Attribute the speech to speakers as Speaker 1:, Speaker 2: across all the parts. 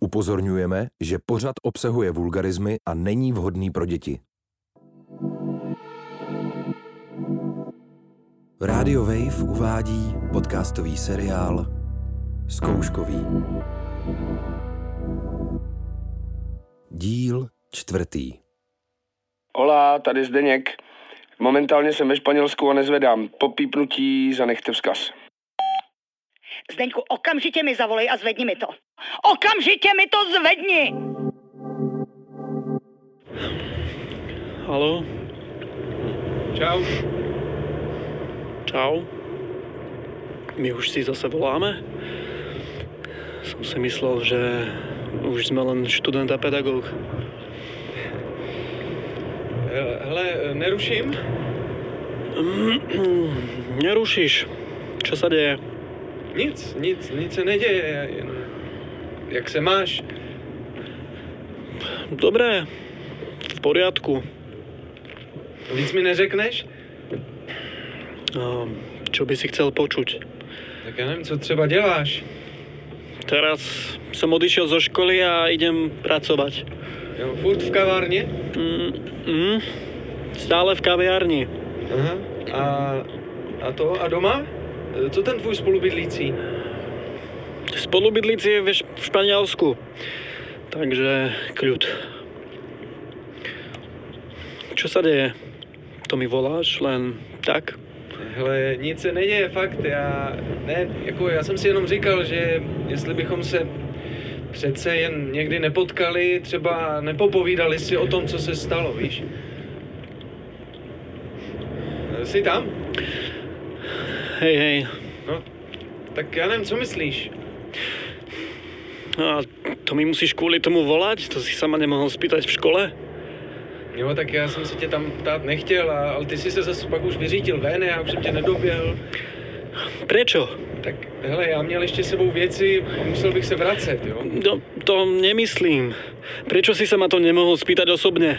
Speaker 1: Upozorňujeme, že pořad obsahuje vulgarizmy a není vhodný pro děti. Radio Wave uvádí podcastový seriál Zkouškový. Díl čtvrtý.
Speaker 2: Hola, tady Zdeněk. Momentálně jsem ve Španělsku a nezvedám. Po pípnutí zanechte vzkaz.
Speaker 3: Zdeňku, okamžitě mi zavolej a zvedni mi to. Okamžitě mi to zvedni!
Speaker 4: Halo,
Speaker 2: Čau.
Speaker 4: čau. My už si zase voláme? Som si myslel, že už sme len študent a pedagóg.
Speaker 2: Hele, neruším?
Speaker 4: Mm-hmm. Nerušíš. Čo sa deje?
Speaker 2: Nic, nic, nic se neděje. Jak se máš?
Speaker 4: Dobré, v poriadku.
Speaker 2: Nic mi neřekneš?
Speaker 4: A Čo by si chcel počuť?
Speaker 2: Tak já nevím, co třeba děláš.
Speaker 4: Teraz som odišiel zo školy a idem pracovať.
Speaker 2: Jo, furt v kavárně?
Speaker 4: Mm, mm, stále v kaviarni.
Speaker 2: Aha. A, a to? A doma? Co ten tvůj spolubydlící?
Speaker 4: Spolubydlíci je ve Š- v Španělsku. Takže kľud. Čo sa deje? To mi voláš len tak?
Speaker 2: Hele, nic se neděje, fakt, já, ne, jako já jsem si jenom říkal, že jestli bychom se přece jen někdy nepotkali, třeba nepopovídali si o tom, co se stalo, víš? Jsi tam?
Speaker 4: Hej, hej.
Speaker 2: No, tak já nevím, co myslíš?
Speaker 4: A No, to mi musíš kvôli tomu volať? To si sa ma nemohol spýtať v škole?
Speaker 2: Jo, tak já jsem se tě tam ptát nechtěl, a, ale ty jsi se zase pak už vyřítil ven, já už jsem tě nedoběhl.
Speaker 4: Prečo?
Speaker 2: Tak, hele, já měl ještě s sebou věci, musel bych se vracet, jo?
Speaker 4: No, to nemyslím. Prečo si sa ma to nemohol spýtať osobne?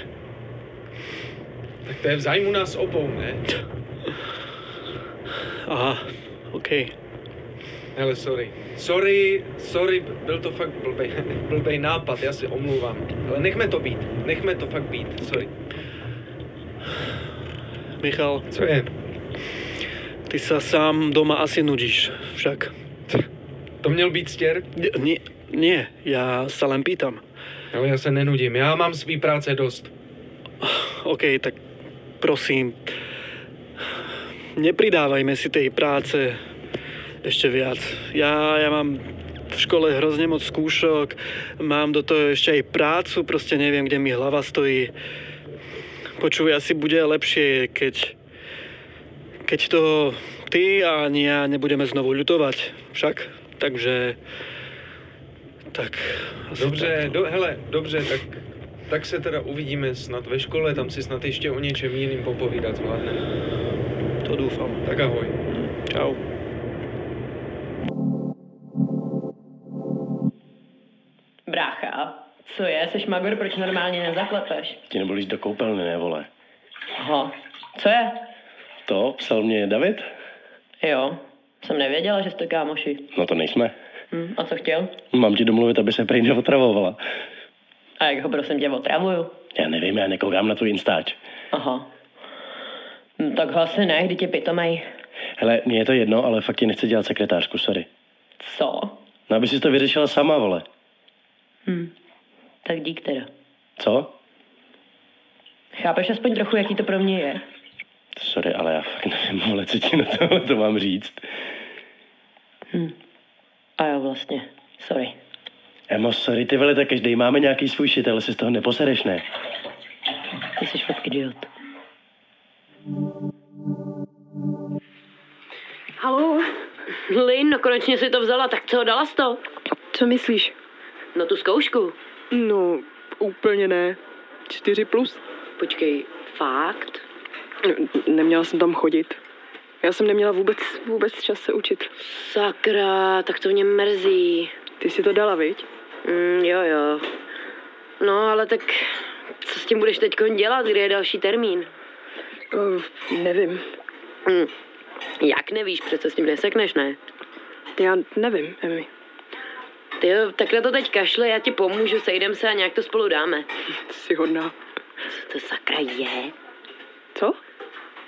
Speaker 2: Tak to je v zájmu nás obou, ne?
Speaker 4: Aha, okej.
Speaker 2: Hele, sorry. Sorry, sorry, byl to fakt blbej, blbej nápad, já si omlouvám. Ale nechme to být, nechme to fakt být, sorry.
Speaker 4: Michal,
Speaker 2: Co je?
Speaker 4: ty sa sám doma asi nudíš, však.
Speaker 2: To měl být stěr?
Speaker 4: Nie, nie, ja sa len pýtam.
Speaker 2: Ale já se nenudím, já mám svý práce dost.
Speaker 4: OK, tak prosím, nepridávajme si tej práce ešte viac. Ja, ja mám v škole hrozne moc skúšok, mám do toho ešte aj prácu, proste neviem, kde mi hlava stojí. Počuj, asi bude lepšie, keď, keď toho ty ani ja nebudeme znovu ľutovať. Však, takže... Tak, asi
Speaker 2: Dobře,
Speaker 4: tak, no.
Speaker 2: do, hele, dobře, tak, tak se teda uvidíme snad ve škole, tam si snad ještě o něčem jiným popovídat zvládneme.
Speaker 4: to dúfam.
Speaker 2: Tak ahoj.
Speaker 4: Čau.
Speaker 5: Brácha, co je, seš magor, proč normálně nezaklepeš?
Speaker 6: Ti nebyl jít do koupelny, ne vole.
Speaker 5: Aha, co je?
Speaker 6: To psal mě David?
Speaker 5: Jo, jsem nevěděla, že jste kámoši.
Speaker 6: No to nejsme.
Speaker 5: Hm, a co chtěl?
Speaker 6: Mám ti domluvit, aby se prý neotravovala.
Speaker 5: A jak ho prosím tě otravuju?
Speaker 6: Já nevím, já nekoukám na tvůj instáč.
Speaker 5: Aha. Hm, tak ho asi ne, kdy tě pitomej.
Speaker 6: Hele, mně je to jedno, ale fakt ti nechci dělat sekretářku, sorry.
Speaker 5: Co?
Speaker 6: No aby si to vyřešila sama, vole.
Speaker 5: Hm, tak dík teda.
Speaker 6: Co?
Speaker 5: Chápeš aspoň trochu, jaký to pro mě je?
Speaker 6: Sorry, ale já fakt nevím, vole, co ti na tohle to mám říct.
Speaker 5: Hm. A jo, vlastně. Sorry.
Speaker 6: Emo, sorry, ty vole, tak každý máme nějaký svůj shit, ale si z toho neposereš, ne?
Speaker 5: Ty jsi fakt idiot.
Speaker 7: Halo,
Speaker 5: Lin, no konečně si to vzala, tak co, dala jsi to?
Speaker 7: co myslíš?
Speaker 5: No tu zkoušku.
Speaker 7: No, úplně ne. Čtyři plus?
Speaker 5: Počkej, fakt?
Speaker 7: Neměla jsem tam chodit. Já jsem neměla vůbec, vůbec čas se učit.
Speaker 5: Sakra, tak to mě mrzí.
Speaker 7: Ty si to dala, viď?
Speaker 5: Mm, jo, jo. No, ale tak co s tím budeš teď dělat, kdy je další termín?
Speaker 7: Uh, nevím.
Speaker 5: Mm. Jak nevíš, přece s tím nesekneš, ne?
Speaker 7: Já nevím, Emmy.
Speaker 8: Ty jo, tak na to teď kašle, já ti pomůžu, sejdem se a nějak to spolu dáme.
Speaker 7: Jsi hodná.
Speaker 8: Co to sakra je?
Speaker 7: Co?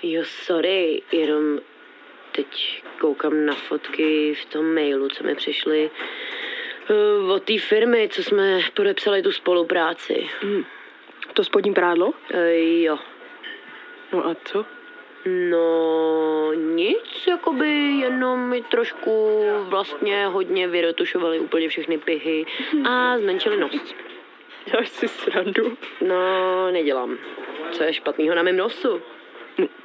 Speaker 8: Jo, sorry, jenom teď koukám na fotky v tom mailu, co mi přišly eh, od té firmy, co jsme podepsali tu spolupráci.
Speaker 7: Hm. To spodní prádlo?
Speaker 8: E, jo.
Speaker 7: No a co?
Speaker 5: Hmm.
Speaker 8: No nic, jakoby jenom mi trošku vlastně hodně vyretušovali úplně všechny pihy a zmenšili nos.
Speaker 7: Děláš si srandu?
Speaker 8: No, nedělám. Co je špatného na mém nosu?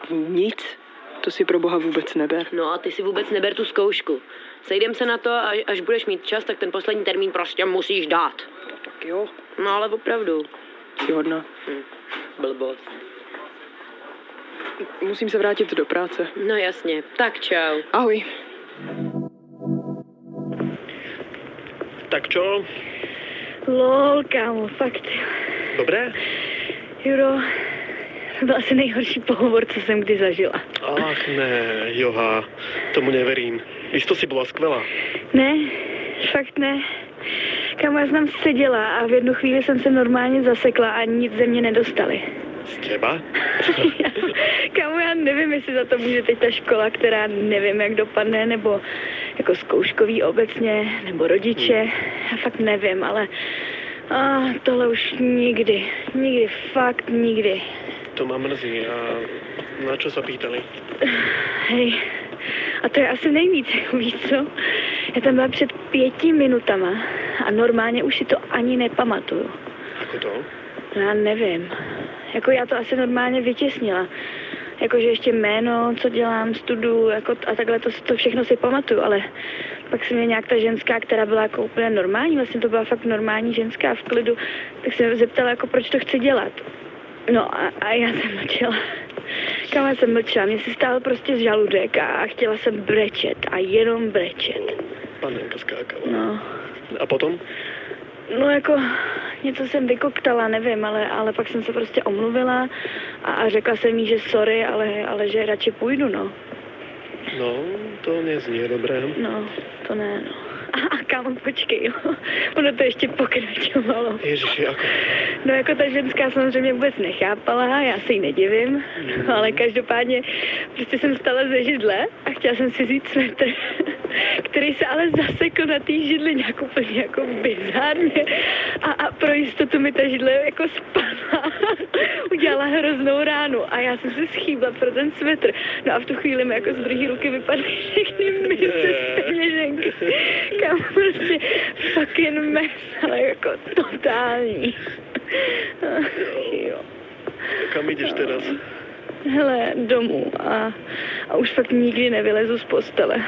Speaker 7: Nic. To si pro boha vůbec neber.
Speaker 8: No a ty si vůbec neber tu zkoušku. Sejdem se na to a až budeš mít čas, tak ten poslední termín prostě musíš dát.
Speaker 7: Tak jo.
Speaker 8: No ale opravdu,
Speaker 7: Jsi hodná.
Speaker 8: blbost.
Speaker 7: Musím se vrátit do práce.
Speaker 8: No jasně, tak čau.
Speaker 7: Ahoj.
Speaker 4: Tak čo?
Speaker 9: Lol, kámo, fakt.
Speaker 4: Dobré?
Speaker 9: Juro, to byl asi nejhorší pohovor, co jsem kdy zažila.
Speaker 4: Ach ne, Joha, tomu neverím. Isto si bola skvelá.
Speaker 9: Ne, fakt ne. Kámo, já jsem seděla a v jednu chvíli jsem se normálně zasekla a nic ze mě nedostali.
Speaker 4: Z teba?
Speaker 9: Kámo, já nevím, jestli za to může teď ta škola, která nevím, jak dopadne, nebo jako zkouškový obecně, nebo rodiče. Já fakt nevím, ale a tohle už nikdy, nikdy, fakt nikdy.
Speaker 4: To ma mrzí. A na čo sa pýtali?
Speaker 9: Hej, a to je asi nejvíc, jako víš co? Já tam byla před pěti minutama a normálně už si to ani nepamatuju.
Speaker 4: Ako to?
Speaker 9: No Já nevím. Jako já to asi normálně vytěsnila. Jakože ještě jméno, co dělám, studu jako t- a takhle to, to všechno si pamatuju, ale pak se mě nějak ta ženská, která byla jako úplně normální, vlastně to byla fakt normální ženská v klidu, tak se mě zeptala, jako proč to chci dělat. No a, a já jsem mlčela. Kam já jsem mlčela, mě si stál prostě z žaludek a, a chtěla jsem brečet a jenom brečet.
Speaker 4: Panenka skákala.
Speaker 9: No.
Speaker 4: A potom?
Speaker 9: No jako něco jsem vykoktala, nevím, ale, ale pak jsem se prostě omluvila a, a řekla jsem jí, že sorry, ale, ale že radši půjdu, no.
Speaker 4: No, to neznie dobré.
Speaker 9: No, to ne, no. A, a kámo, počkej, jo. Ono to ještě pokračovalo.
Speaker 4: Ježiši, ako?
Speaker 9: No jako ta ženská samozřejmě vůbec nechápala, já se jí nedivím, no, ale každopádně prostě jsem stala ze židle a chtěla jsem si říct svetr, který se ale zasekl na té židli nějak úplně jako bizárně a, a pro jistotu mi ta židle jako spadla, udělala hroznou ránu a já jsem se schýbla pro ten svetr. No a v tu chvíli mi jako z druhé ruky vypadly všechny mince z peněženky. Kam prostě fucking mess, ale jako totální. Jo.
Speaker 4: Kam ideš teraz?
Speaker 9: Hele, domů a, a už fakt nikdy nevylezu z postele.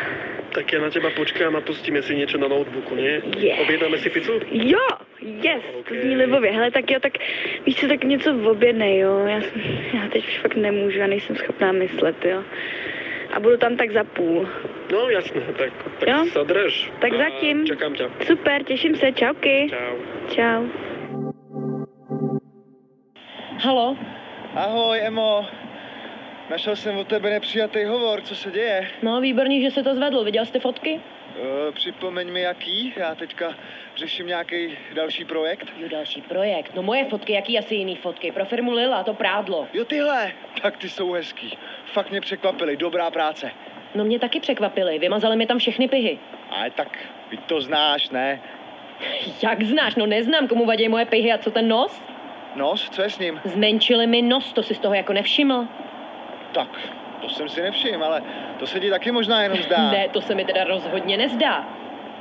Speaker 4: Tak ja na teba počkám a pustíme si niečo na notebooku, nie?
Speaker 9: Je.
Speaker 4: Objednáme si pizzu?
Speaker 9: Jo, yes, to zní libově. Hele, tak jo, tak víš co, tak něco objednej, jo. Já, jsem- já teď už fakt nemůžu, já nejsem schopná myslet, jo. A budu tam tak za půl.
Speaker 4: No jasné, tak, tak
Speaker 9: Jo.
Speaker 4: sa drž.
Speaker 9: Tak
Speaker 4: A
Speaker 9: zatím.
Speaker 4: Čakám ťa.
Speaker 9: Super, těším se, čauky.
Speaker 4: Čau.
Speaker 9: Čau.
Speaker 5: Halo,
Speaker 10: Ahoj, Emo. Našel jsem od tebe nepřijatý hovor, co se děje?
Speaker 5: no výborný, že se to zvedlo. Viděl jste fotky?
Speaker 10: E, připomeň mi, jaký. Já teďka řeším nějaký další projekt.
Speaker 5: Jo, další projekt. No moje fotky, jaký asi jiný fotky? Pro firmu Lila, to prádlo.
Speaker 10: Jo, tyhle. Tak ty jsou hezký. Fakt mě překvapili. Dobrá práce.
Speaker 5: No mě taky překvapily, vymazali mi tam všechny pihy.
Speaker 10: Ale tak, vy to znáš, ne?
Speaker 5: Jak znáš, no neznám, komu vadí moje pihy a co ten nos?
Speaker 10: Nos, No, co je s ním?
Speaker 5: Zmenšili mi nos, to si z toho jako nevšiml.
Speaker 10: Tak, to jsem si nevšiml, ale to se ti taky možná jenom zdá.
Speaker 5: Ne, to se mi teda rozhodně nezdá.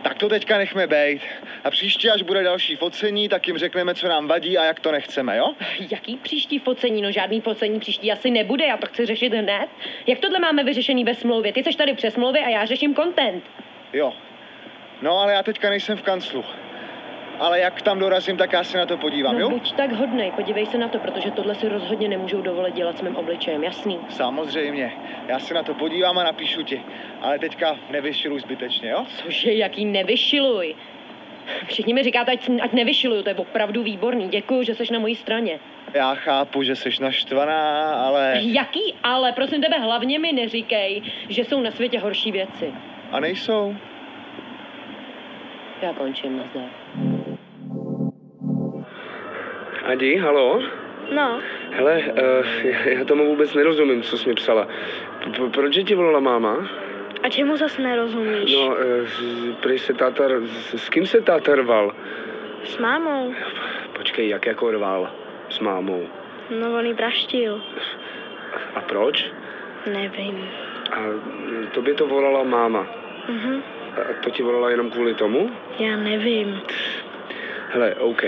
Speaker 10: Tak to teďka nechme bejt. A příště, až bude další focení, tak jim řekneme, co nám vadí a jak to nechceme, jo?
Speaker 5: Jaký příští focení? No žádný focení příští asi nebude, já to chci řešit hned. Jak tohle máme vyřešený ve smlouvě? Ty seš tady přes smlouvě a já řeším content.
Speaker 10: Jo. No, ale já teďka nejsem v kanclu. Ale jak tam dorazím, tak já se na to podívám,
Speaker 5: No
Speaker 10: jo?
Speaker 5: buď tak hodnej, podívej se na to, protože tohle si rozhodně nemůžou dovolit dělat s mým obličejem, jasný?
Speaker 10: Samozřejmě, já se na to podívám a napíšu ti. Ale teďka nevyšiluj zbytečně, jo?
Speaker 5: Cože, jaký nevyšiluj. Všichni mi říkáte, ať, ať nevyšiluju, to je opravdu výborný. Děkuji, že jsi na mojí straně.
Speaker 10: Já chápu, že jsi naštvaná, ale...
Speaker 5: Jaký ale, prosím tebe, hlavně mi neříkej, že jsou na světě horší věci.
Speaker 10: A nejsou.
Speaker 5: Já končím, nazdar.
Speaker 11: Adi, halo?
Speaker 12: No,
Speaker 11: Hele, uh, já tomu vůbec nerozumím, co jsi mi psala. P- proč je ti volala máma?
Speaker 12: a čemu zas nerozumíš?
Speaker 11: No, uh, prý se táta... r- S, s kým se táta rval?
Speaker 12: S mámou?
Speaker 11: Počkej, jak jako rval? S mámou.
Speaker 12: No, on ji praštil.
Speaker 11: A proč?
Speaker 12: Nevím.
Speaker 11: A mm, tobě to volala máma.
Speaker 12: Mhm.
Speaker 11: A a to ti volala jenom kvůli tomu?
Speaker 12: Já nevím.
Speaker 11: Hele, OK.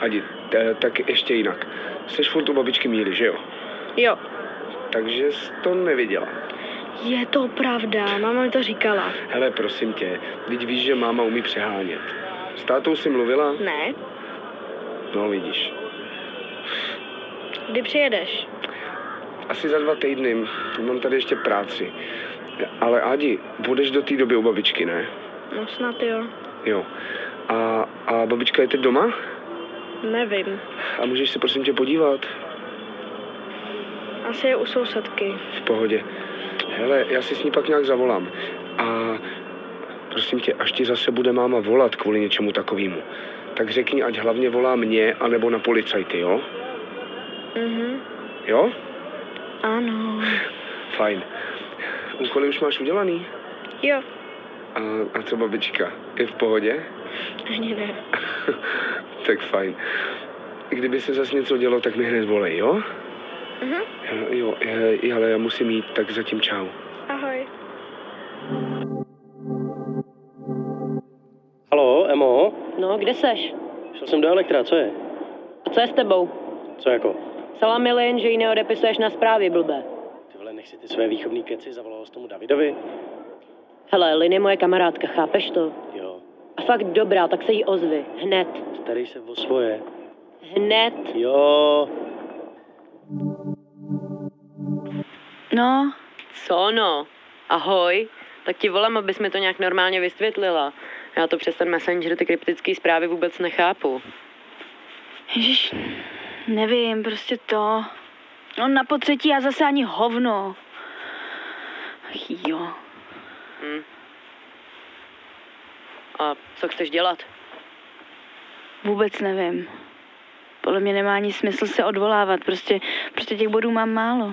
Speaker 11: Adi, t- tak ještě jinak. Jsi furt u babičky Míry, že jo?
Speaker 12: Jo.
Speaker 11: Takže jsi to neviděla.
Speaker 12: Je to pravda, máma mi to říkala.
Speaker 11: Hele, prosím tě, teď víš, že máma umí přehánět. S tátou jsi mluvila?
Speaker 12: Ne,
Speaker 11: No, vidíš.
Speaker 12: kdy přijedeš?
Speaker 11: Asi za dva týdny. Mám tady ještě práci. Ale Adi, budeš do té doby u babičky, ne?
Speaker 12: No snad jo.
Speaker 11: Jo. A, a babička je teď doma?
Speaker 12: Nevím.
Speaker 11: A můžeš se prosím tě podívat?
Speaker 12: Asi je u sousedky.
Speaker 11: V pohodě. Hele, já si s ní pak nějak zavolám. A prosím tě, až ti zase bude máma volat kvůli něčemu takovému, tak řekni, ať hlavně volá mě, anebo na policajty, jo?
Speaker 12: Mhm.
Speaker 11: Jo?
Speaker 12: Ano.
Speaker 11: Fajn. Úkoly už máš udělaný?
Speaker 12: Jo.
Speaker 11: A, a co babička? Je v pohodě?
Speaker 12: Ani ne.
Speaker 11: tak fajn. Kdyby se zase něco dělo, tak mi hned volej, jo?
Speaker 12: Mhm.
Speaker 11: Eh, Jo, eh, ale já musím jít, tak zatím čau.
Speaker 12: Ahoj.
Speaker 6: Halo, Emo?
Speaker 5: No, kde seš?
Speaker 6: Šel jsem do elektra, co je?
Speaker 5: A co je s tebou?
Speaker 6: Co jako?
Speaker 5: Psala mi Lin, že ji neodepisuješ na zprávy, blbé.
Speaker 6: Ty vole, nech si ty své výchovný keci, zavolal jsi tomu Davidovi?
Speaker 5: Hele, Lin je moje kamarádka, chápeš to?
Speaker 6: Jo.
Speaker 5: A fakt dobrá, tak se jí ozvi. Hned.
Speaker 6: Starý se o svoje.
Speaker 5: Hned.
Speaker 6: Jo.
Speaker 9: No,
Speaker 5: Co no? Ahoj. Tak ti volám, abys mi to nějak normálně vysvětlila. Já to přes ten messenger ty kryptické zprávy vůbec nechápu.
Speaker 9: ježiš, nevím, prostě to. No na potřetí já zase ani hovno. Ach Jo.
Speaker 5: Hm. A co chceš dělat?
Speaker 9: Vůbec nevím. Podle mě nemá ani smysl se odvolávat, prostě, prostě těch bodů mám málo.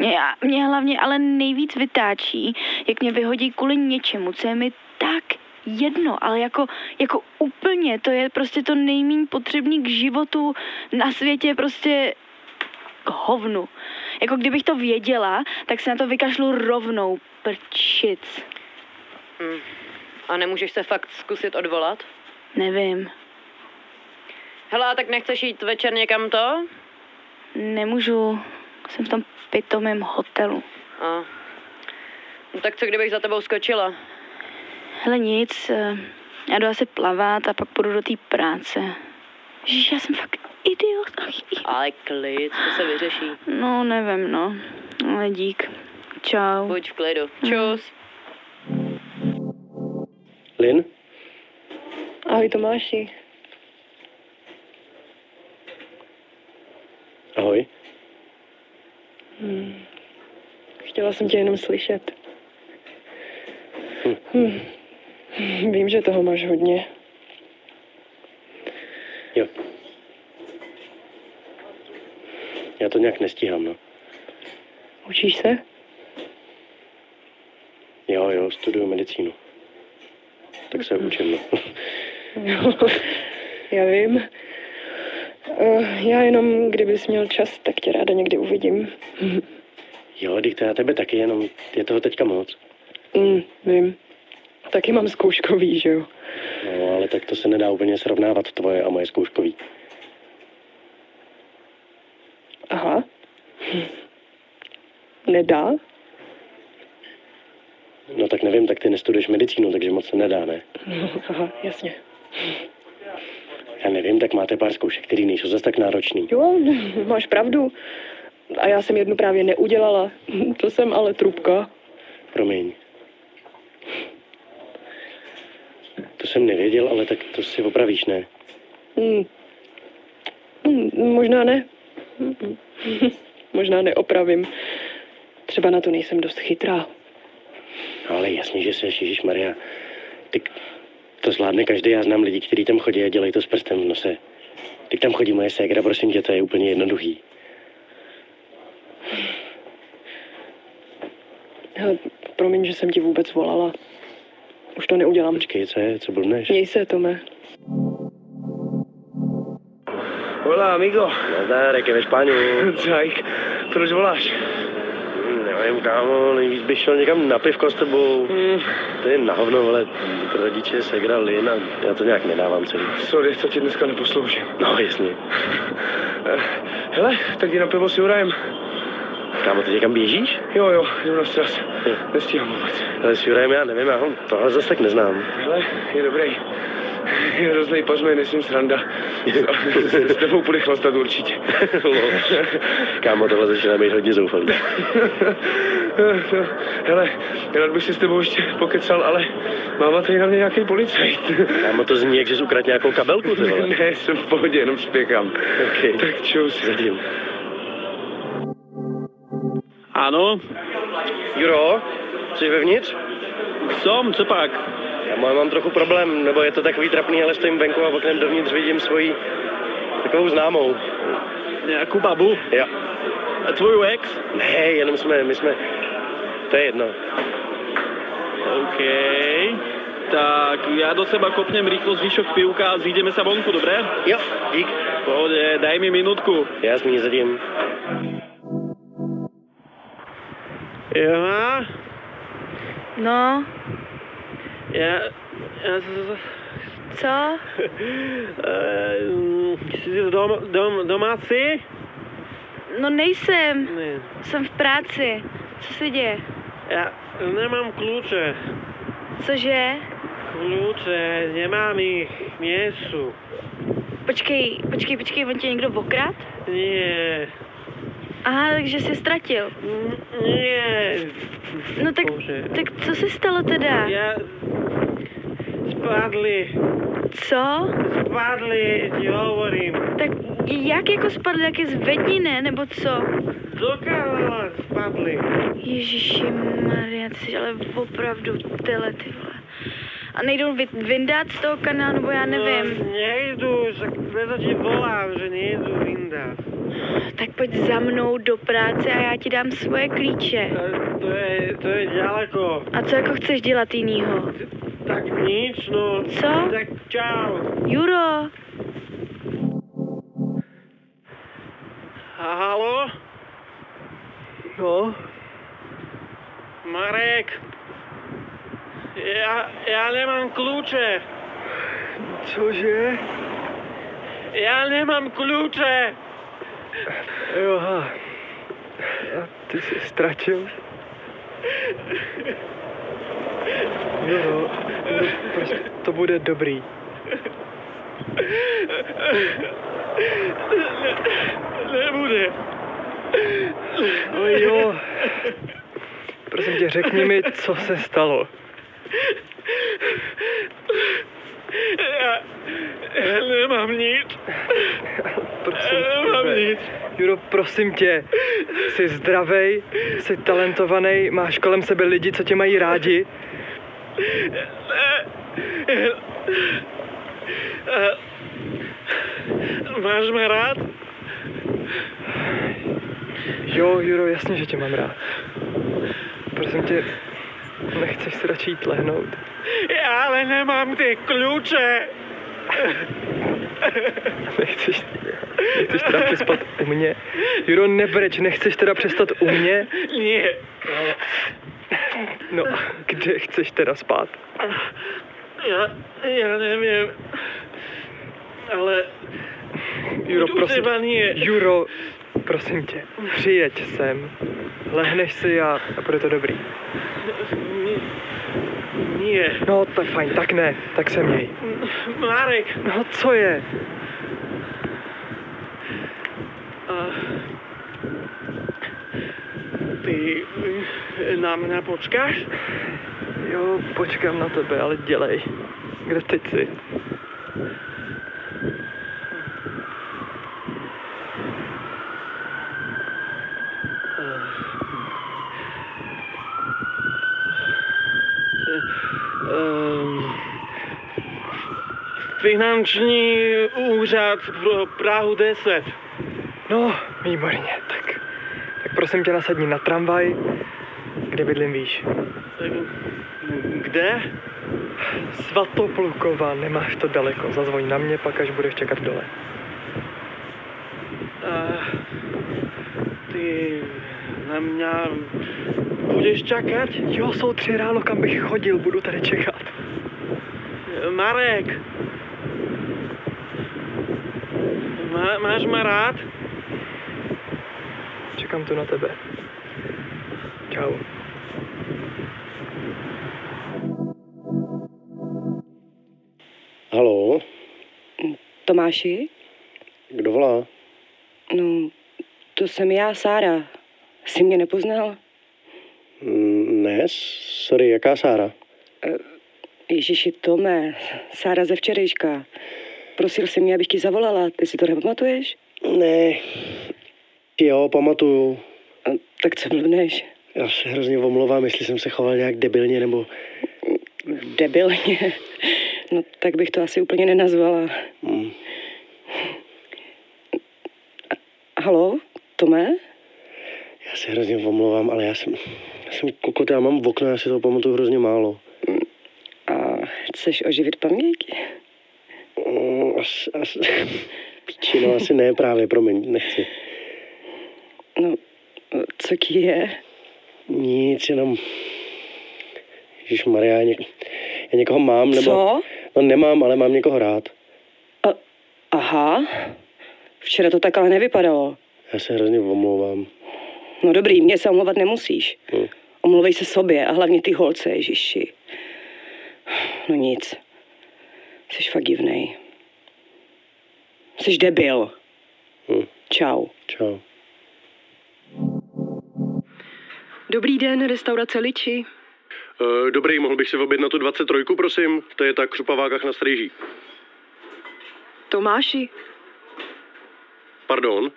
Speaker 9: Mě, a- mě hlavně ale nejvíc vytáčí, jak mě vyhodí kvůli něčemu, co je mi tak jedno, ale jako, jako úplně, to je prostě to nejmíň potřebný k životu na světě, prostě k hovnu. Jako kdybych to věděla, tak se na to vykašlu rovnou, prčic.
Speaker 5: Hm. A nemůžeš se fakt zkusit odvolat?
Speaker 9: Nevím,
Speaker 5: Hele, a tak nechceš jít večer někam to?
Speaker 9: nemůžu, jsem v tom pitomém hotelu.
Speaker 5: A. No tak co kdybych za tebou skočila?
Speaker 9: Hele nic, eh, já jdu asi plavat a pak půjdu do té práce. Ježíš, já jsem fakt idiot.
Speaker 5: Ale klid, to se vyřeší.
Speaker 9: No, nevím, no. Ale dík. Čau. Mm.
Speaker 5: Buď v klidu. Čus.
Speaker 6: Lin?
Speaker 7: Ahoj Tomáši.
Speaker 6: Ahoj.
Speaker 7: Hmm. Chtěla jsem tě jenom slyšet. Hmm. Vím, že toho máš hodně.
Speaker 6: Já to nějak nestíhám, no.
Speaker 7: Učíš se?
Speaker 6: Jo, jo, studuju medicínu. Tak se učím, no.
Speaker 7: No, já vím. Eh, Já jenom, kdybys měl čas, tak tě ráda někdy uvidím.
Speaker 6: Jo, dík, to já tebe taky, jenom je toho teďka moc.
Speaker 7: Mm, vím. Taky mám zkouškový, že jo?
Speaker 6: No, ale tak to se nedá úplně srovnávat tvoje a moje zkouškový.
Speaker 7: Aha. Hm. Nedá?
Speaker 6: No tak nevím, tak ty nestuduješ medicínu, takže moc se nedá, ne?
Speaker 7: No, aha, jasně.
Speaker 6: Já nevím, tak máte pár zkoušek, který nejsou zas tak náročný.
Speaker 7: Jo, máš pravdu. A já jsem jednu právě neudělala. To jsem ale trubka.
Speaker 6: Promiň. To jsem nevěděl, ale tak to si opravíš, ne?
Speaker 7: Hm. Hm, Možná ne. Hm, hm. Možná neopravím. Třeba na to nejsem dost chytrá.
Speaker 6: No ale jasně, že seš, Ježíš Maria. Ty, To zvládne každý, já znám lidi, kteří tam chodí a dělají to s prstem v nose. Teď tam chodí moje ségra, prosím tě, to je úplně jednoduchý.
Speaker 7: Hele, promiň, že jsem ti vůbec volala. Už to neudělám.
Speaker 6: Počkej, co je, co blbneš?
Speaker 7: Měj se, Tome.
Speaker 6: Hola, amigo. Nazdárek, je ve Španěl. Cajk, proč voláš? Mm, Nevím, kámo, nejvíc bych šel někam na pivko s tebou. Mm. To je na hovno, vole, rodiče segra Lin a já to nějak nedávám celý.
Speaker 11: Sorry, co ti dneska neposloužím. Eh,
Speaker 6: No, jasně.
Speaker 11: Hele, tak jdi na pivo s Jurajem.
Speaker 6: Kámo, ty někam běžíš?
Speaker 11: Jo, jo, jdu na stras. Nestíhám vůbec.
Speaker 6: Ale s Jurajem já nevím, já ho tohle zase tak neznám.
Speaker 11: Hele, je dobrý. Je hrozný pařmen, nesmím sranda. S, s, s tebou půjde chlastat určitě.
Speaker 6: No. Kámo, tohle začíná být hodně zoufalý.
Speaker 11: Eh, Hele, rád bych si s tebou ještě pokecal, ale máma tady na mě nějaký policajt.
Speaker 6: Kámo, to zní, jak že jsi ukradl nějakou kabelku, ty vole.
Speaker 11: Ne, jsem v pohodě, jenom spěchám.
Speaker 6: Okay.
Speaker 11: Tak čus.
Speaker 6: Zatím.
Speaker 4: Ano,
Speaker 6: Juro, jsi vevnitř?
Speaker 4: Som, co pak?
Speaker 6: Já mám, mám trochu problém, nebo je to takový trapný, ale stojím venku a oknem dovnitř vidím svoji takovou známou.
Speaker 4: Nějakou babu?
Speaker 6: Jo.
Speaker 4: A tvoju ex?
Speaker 6: Ne, jenom jsme, my jsme, to je jedno.
Speaker 4: OK. Tak ja do seba kopnem rýchlo zvyšok pivka a zídeme sa vonku, dobre?
Speaker 6: Jo, dík.
Speaker 4: Pohode, daj mi minútku.
Speaker 6: Jasný, zatím.
Speaker 4: Ja,
Speaker 9: No,
Speaker 4: ja, ja,
Speaker 9: co?
Speaker 4: Eh, jsi dom, dom, domácí?
Speaker 9: No nejsem,
Speaker 4: Ne,
Speaker 9: jsem v práci. Co se děje?
Speaker 4: ja nemám kľúče.
Speaker 9: Cože?
Speaker 4: Kľúče, nemám ich, nie sú.
Speaker 9: Počkej, počkej, počkej, on tě někdo okrad?
Speaker 4: Nie,
Speaker 9: Aha, takže jsi ztratil.
Speaker 4: Mm, nie.
Speaker 9: No tak, tak co se stalo teda?
Speaker 4: Ja... Spadli,
Speaker 9: Co?
Speaker 4: spadli, ti hovorím.
Speaker 9: Tak jak jako spadl, jak je zvedni, ne? Nebo co?
Speaker 4: Dokála spadli.
Speaker 9: Ježíši Maria, ty jsi ale opravdu tyle, ty vole. A nejdou vy- vyndat z toho kanálu, nebo já nevím.
Speaker 4: No, nejdu, však preto ti volám, že nejdu vyndat.
Speaker 9: Tak pojď za mnou do práce a já ti dám svoje klíče.
Speaker 4: To je, to je ďaleko.
Speaker 9: A co jako chceš dělat jinýho?
Speaker 4: Tak nič, no.
Speaker 9: Co?
Speaker 4: Tak čau.
Speaker 9: Juro,
Speaker 4: A halo? No? Marek. Já, já nemám kľúče. Cože? Já nemám kľúče.
Speaker 13: Joha. A ty jsi ztratil? No, no, no prostě to bude dobrý.
Speaker 4: Ne, nebude.
Speaker 13: No jo. Prosím tě, řekni mi, co se stalo.
Speaker 4: Já, já nemám nic.
Speaker 13: Prosím
Speaker 4: Já nemám Eh, nic.
Speaker 13: Juro, prosím tě, jsi zdravej, jsi talentovaný, máš kolem sebe lidi, co tě mají rádi.
Speaker 4: Eh, Máš mě rád?
Speaker 13: Jo, Juro, jasně, že tě mám rád. Prosím tě, nechceš si radši jít lehnout?
Speaker 4: Já ale nemám ty kľúče.
Speaker 13: Nechceš, nechceš teda přespat u mě? Juro, nebreč, nechceš teda přestat u mě?
Speaker 4: Nie.
Speaker 13: No, kde chceš teda spát?
Speaker 4: Já, já nevím. Ale
Speaker 13: Juro,
Speaker 4: U
Speaker 13: prosím.
Speaker 4: teba nie.
Speaker 13: Juro, prosím tě, přijeď sem. Lehneš si a, a bude to dobrý.
Speaker 4: nie.
Speaker 13: No, tak fajn, tak ne, tak se měj.
Speaker 4: Marek.
Speaker 13: No, co je?
Speaker 4: A... Ty eh, na mě počkáš?
Speaker 13: Jo, počkám na tebe, ale dělej. Kde teď jsi?
Speaker 4: Eh, Ehm, finanční úřad pro Prahu E, 10.
Speaker 13: No, výborně, tak. Tak prosím tě nasadni na tramvaj, kde bydlím víš. Kde? Svatoplukova, nemáš to daleko. Zazvoň na mě, pak až budeš čekat dole.
Speaker 4: A Eh, ty na mě budeš čekat?
Speaker 13: Jo, jsou tři ráno, kam bych chodil, budu tady čekat.
Speaker 4: Marek. Má, máš mě rád?
Speaker 13: Čekám tu na tebe. Čau.
Speaker 6: Halo,
Speaker 14: Tomáši?
Speaker 6: kdo volá?
Speaker 14: No, to jsem já, Sára. Jsi mě nepoznal?
Speaker 6: Mm, Ne, sorry, jaká Sára?
Speaker 14: E, Ježiši Tome, Sára ze včerejška. Prosil jsi mě, abych ti zavolala. Ty si to nepamatuješ?
Speaker 6: Ne. Jo, pamatuju.
Speaker 14: tak co blbneš?
Speaker 6: Já se hrozně omlouvám, jestli jsem se choval nějak debilně, nebo...
Speaker 14: Debilně. No, tak bych to asi úplně nenazvala.
Speaker 6: Mm.
Speaker 14: Halo, Tome?
Speaker 6: Já se hrozně omlouvám, ale já jsem... Já jsem kokot, já mám v okna, já si toho pamatuju hrozně málo.
Speaker 14: Mm, Chceš oživit paměť?
Speaker 6: Mm, As, as, píči, no asi ne právě, promiň, nechci.
Speaker 14: No, co ti je?
Speaker 6: Nic, jenom... Ježíš Maria, já, něk... já někoho mám, nebo...
Speaker 14: Co?
Speaker 6: No nemám, ale mám někoho rád.
Speaker 14: Aha. Včera to tak ale nevypadalo.
Speaker 6: Já se hrozně omlouvám.
Speaker 14: No dobrý, mě se omlouvat nemusíš.
Speaker 6: Hm.
Speaker 14: Omlouvej se sobě a hlavně ty holce, Ježiši. No nic. Jsi fakt divnej. Jsi debil.
Speaker 6: Hm.
Speaker 14: Čau.
Speaker 6: Čau.
Speaker 7: Dobrý den, restaurace Liči.
Speaker 15: Eh, Dobrý, mohl bych si objednat tu 23, prosím? To je ta křupavá kach na stryží.
Speaker 7: Tomáši,
Speaker 15: Pardon,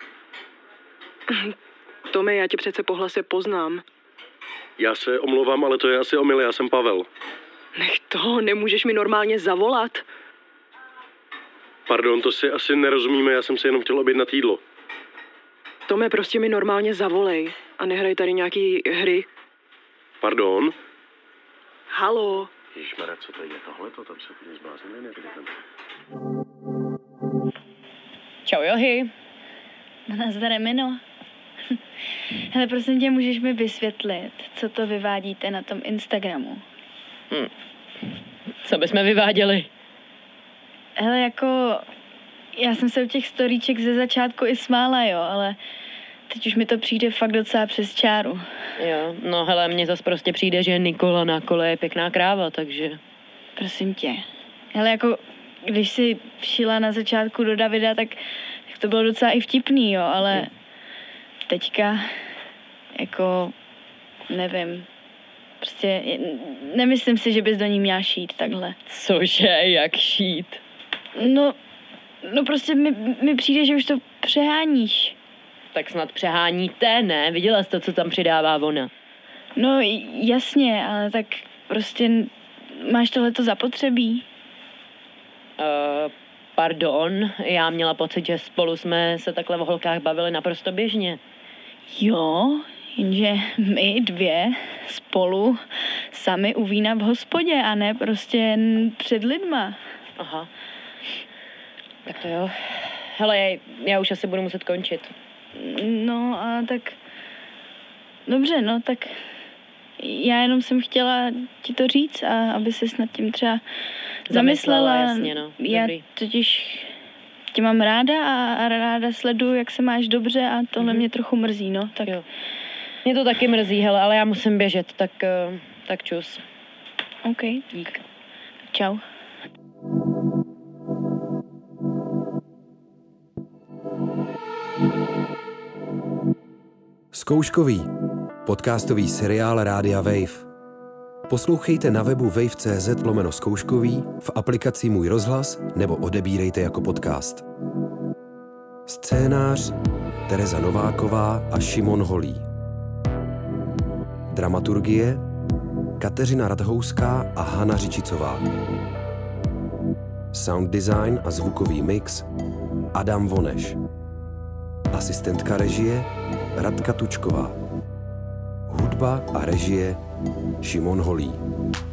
Speaker 7: Tome, já tě přece po hlase poznám.
Speaker 15: já se omlouvám, ale to je asi omyl, já jsem Pavel.
Speaker 7: Nech toho, nemůžeš mi normálně zavolat.
Speaker 15: Pardon, to si asi nerozumíme, já jsem si jenom chtěl objednat jídlo.
Speaker 7: Tome, prostě mi normálně zavolej a nehraj tady nějaký hry.
Speaker 15: Pardon?
Speaker 7: Halo.
Speaker 15: Ježmere, co to je tohle? To tam se úplně zbláznili, ne?
Speaker 16: Čau Johy.
Speaker 9: No nazdar Emino. Hele, prosím tě, můžeš mi vysvětlit, co to vyvádíte na tom Instagramu?
Speaker 5: Hm. Co bychom vyváděli?
Speaker 9: Hele, jako... Já jsem se u těch storíček ze začátku i smála, jo, ale teď už mi to přijde fakt docela přes čáru.
Speaker 5: Jo, no hele, mně zase prostě přijde, že Nikola na kole je pěkná kráva, takže...
Speaker 9: Prosím tě. Hele, jako když si šila na začátku do Davida, tak, tak to bylo docela i vtipný, jo, ale teďka, jako, nevím, prostě je- nemyslím si, že bys do ní měla šít takhle.
Speaker 5: Cože, jak šít?
Speaker 9: No, no prostě mi, mi přijde, že už to přeháníš.
Speaker 5: Tak snad přeháníte, ne? Viděla jsi to, co tam přidává ona.
Speaker 9: No, j- jasně, ale tak prostě n- máš tohleto zapotřebí.
Speaker 5: Uh, pardon, já měla pocit, že spolu jsme se takhle o holkách bavili naprosto běžně.
Speaker 9: Jo, jenže my dvě spolu sami u vína v hospodě a ne prostě jen před lidma.
Speaker 5: Aha. Tak to jo. Hele, já- já už asi budu muset končit.
Speaker 9: No a tak... Dobře, no tak... Já jenom jsem chtěla ti to říct a aby se nad tím třeba
Speaker 5: Zamyslela,
Speaker 9: zamyslela.
Speaker 5: jasně, no.
Speaker 9: Já
Speaker 5: Dobrý.
Speaker 9: totiž tě mám ráda a, a ráda sleduju, jak se máš dobře a tohle mě trochu mrzí, no. Tak jo.
Speaker 5: Mhm. Mě to taky mrzí, hele, ale já musím běžet, tak, eh, tak čus.
Speaker 9: OK, dík. Čau.
Speaker 1: Zkouškový. Podcastový seriál Rádia Wave. Poslouchejte na webu wave.cz lomeno zkouškový, v aplikaci Můj rozhlas nebo odebírejte jako podcast. Scénář Tereza Nováková a Šimon Holí. Dramaturgie Kateřina Radhouská a Hana Řičicová. Sound design a zvukový mix Adam Voneš. Asistentka režie Radka Tučková. Hudba a režie Šimon Holí.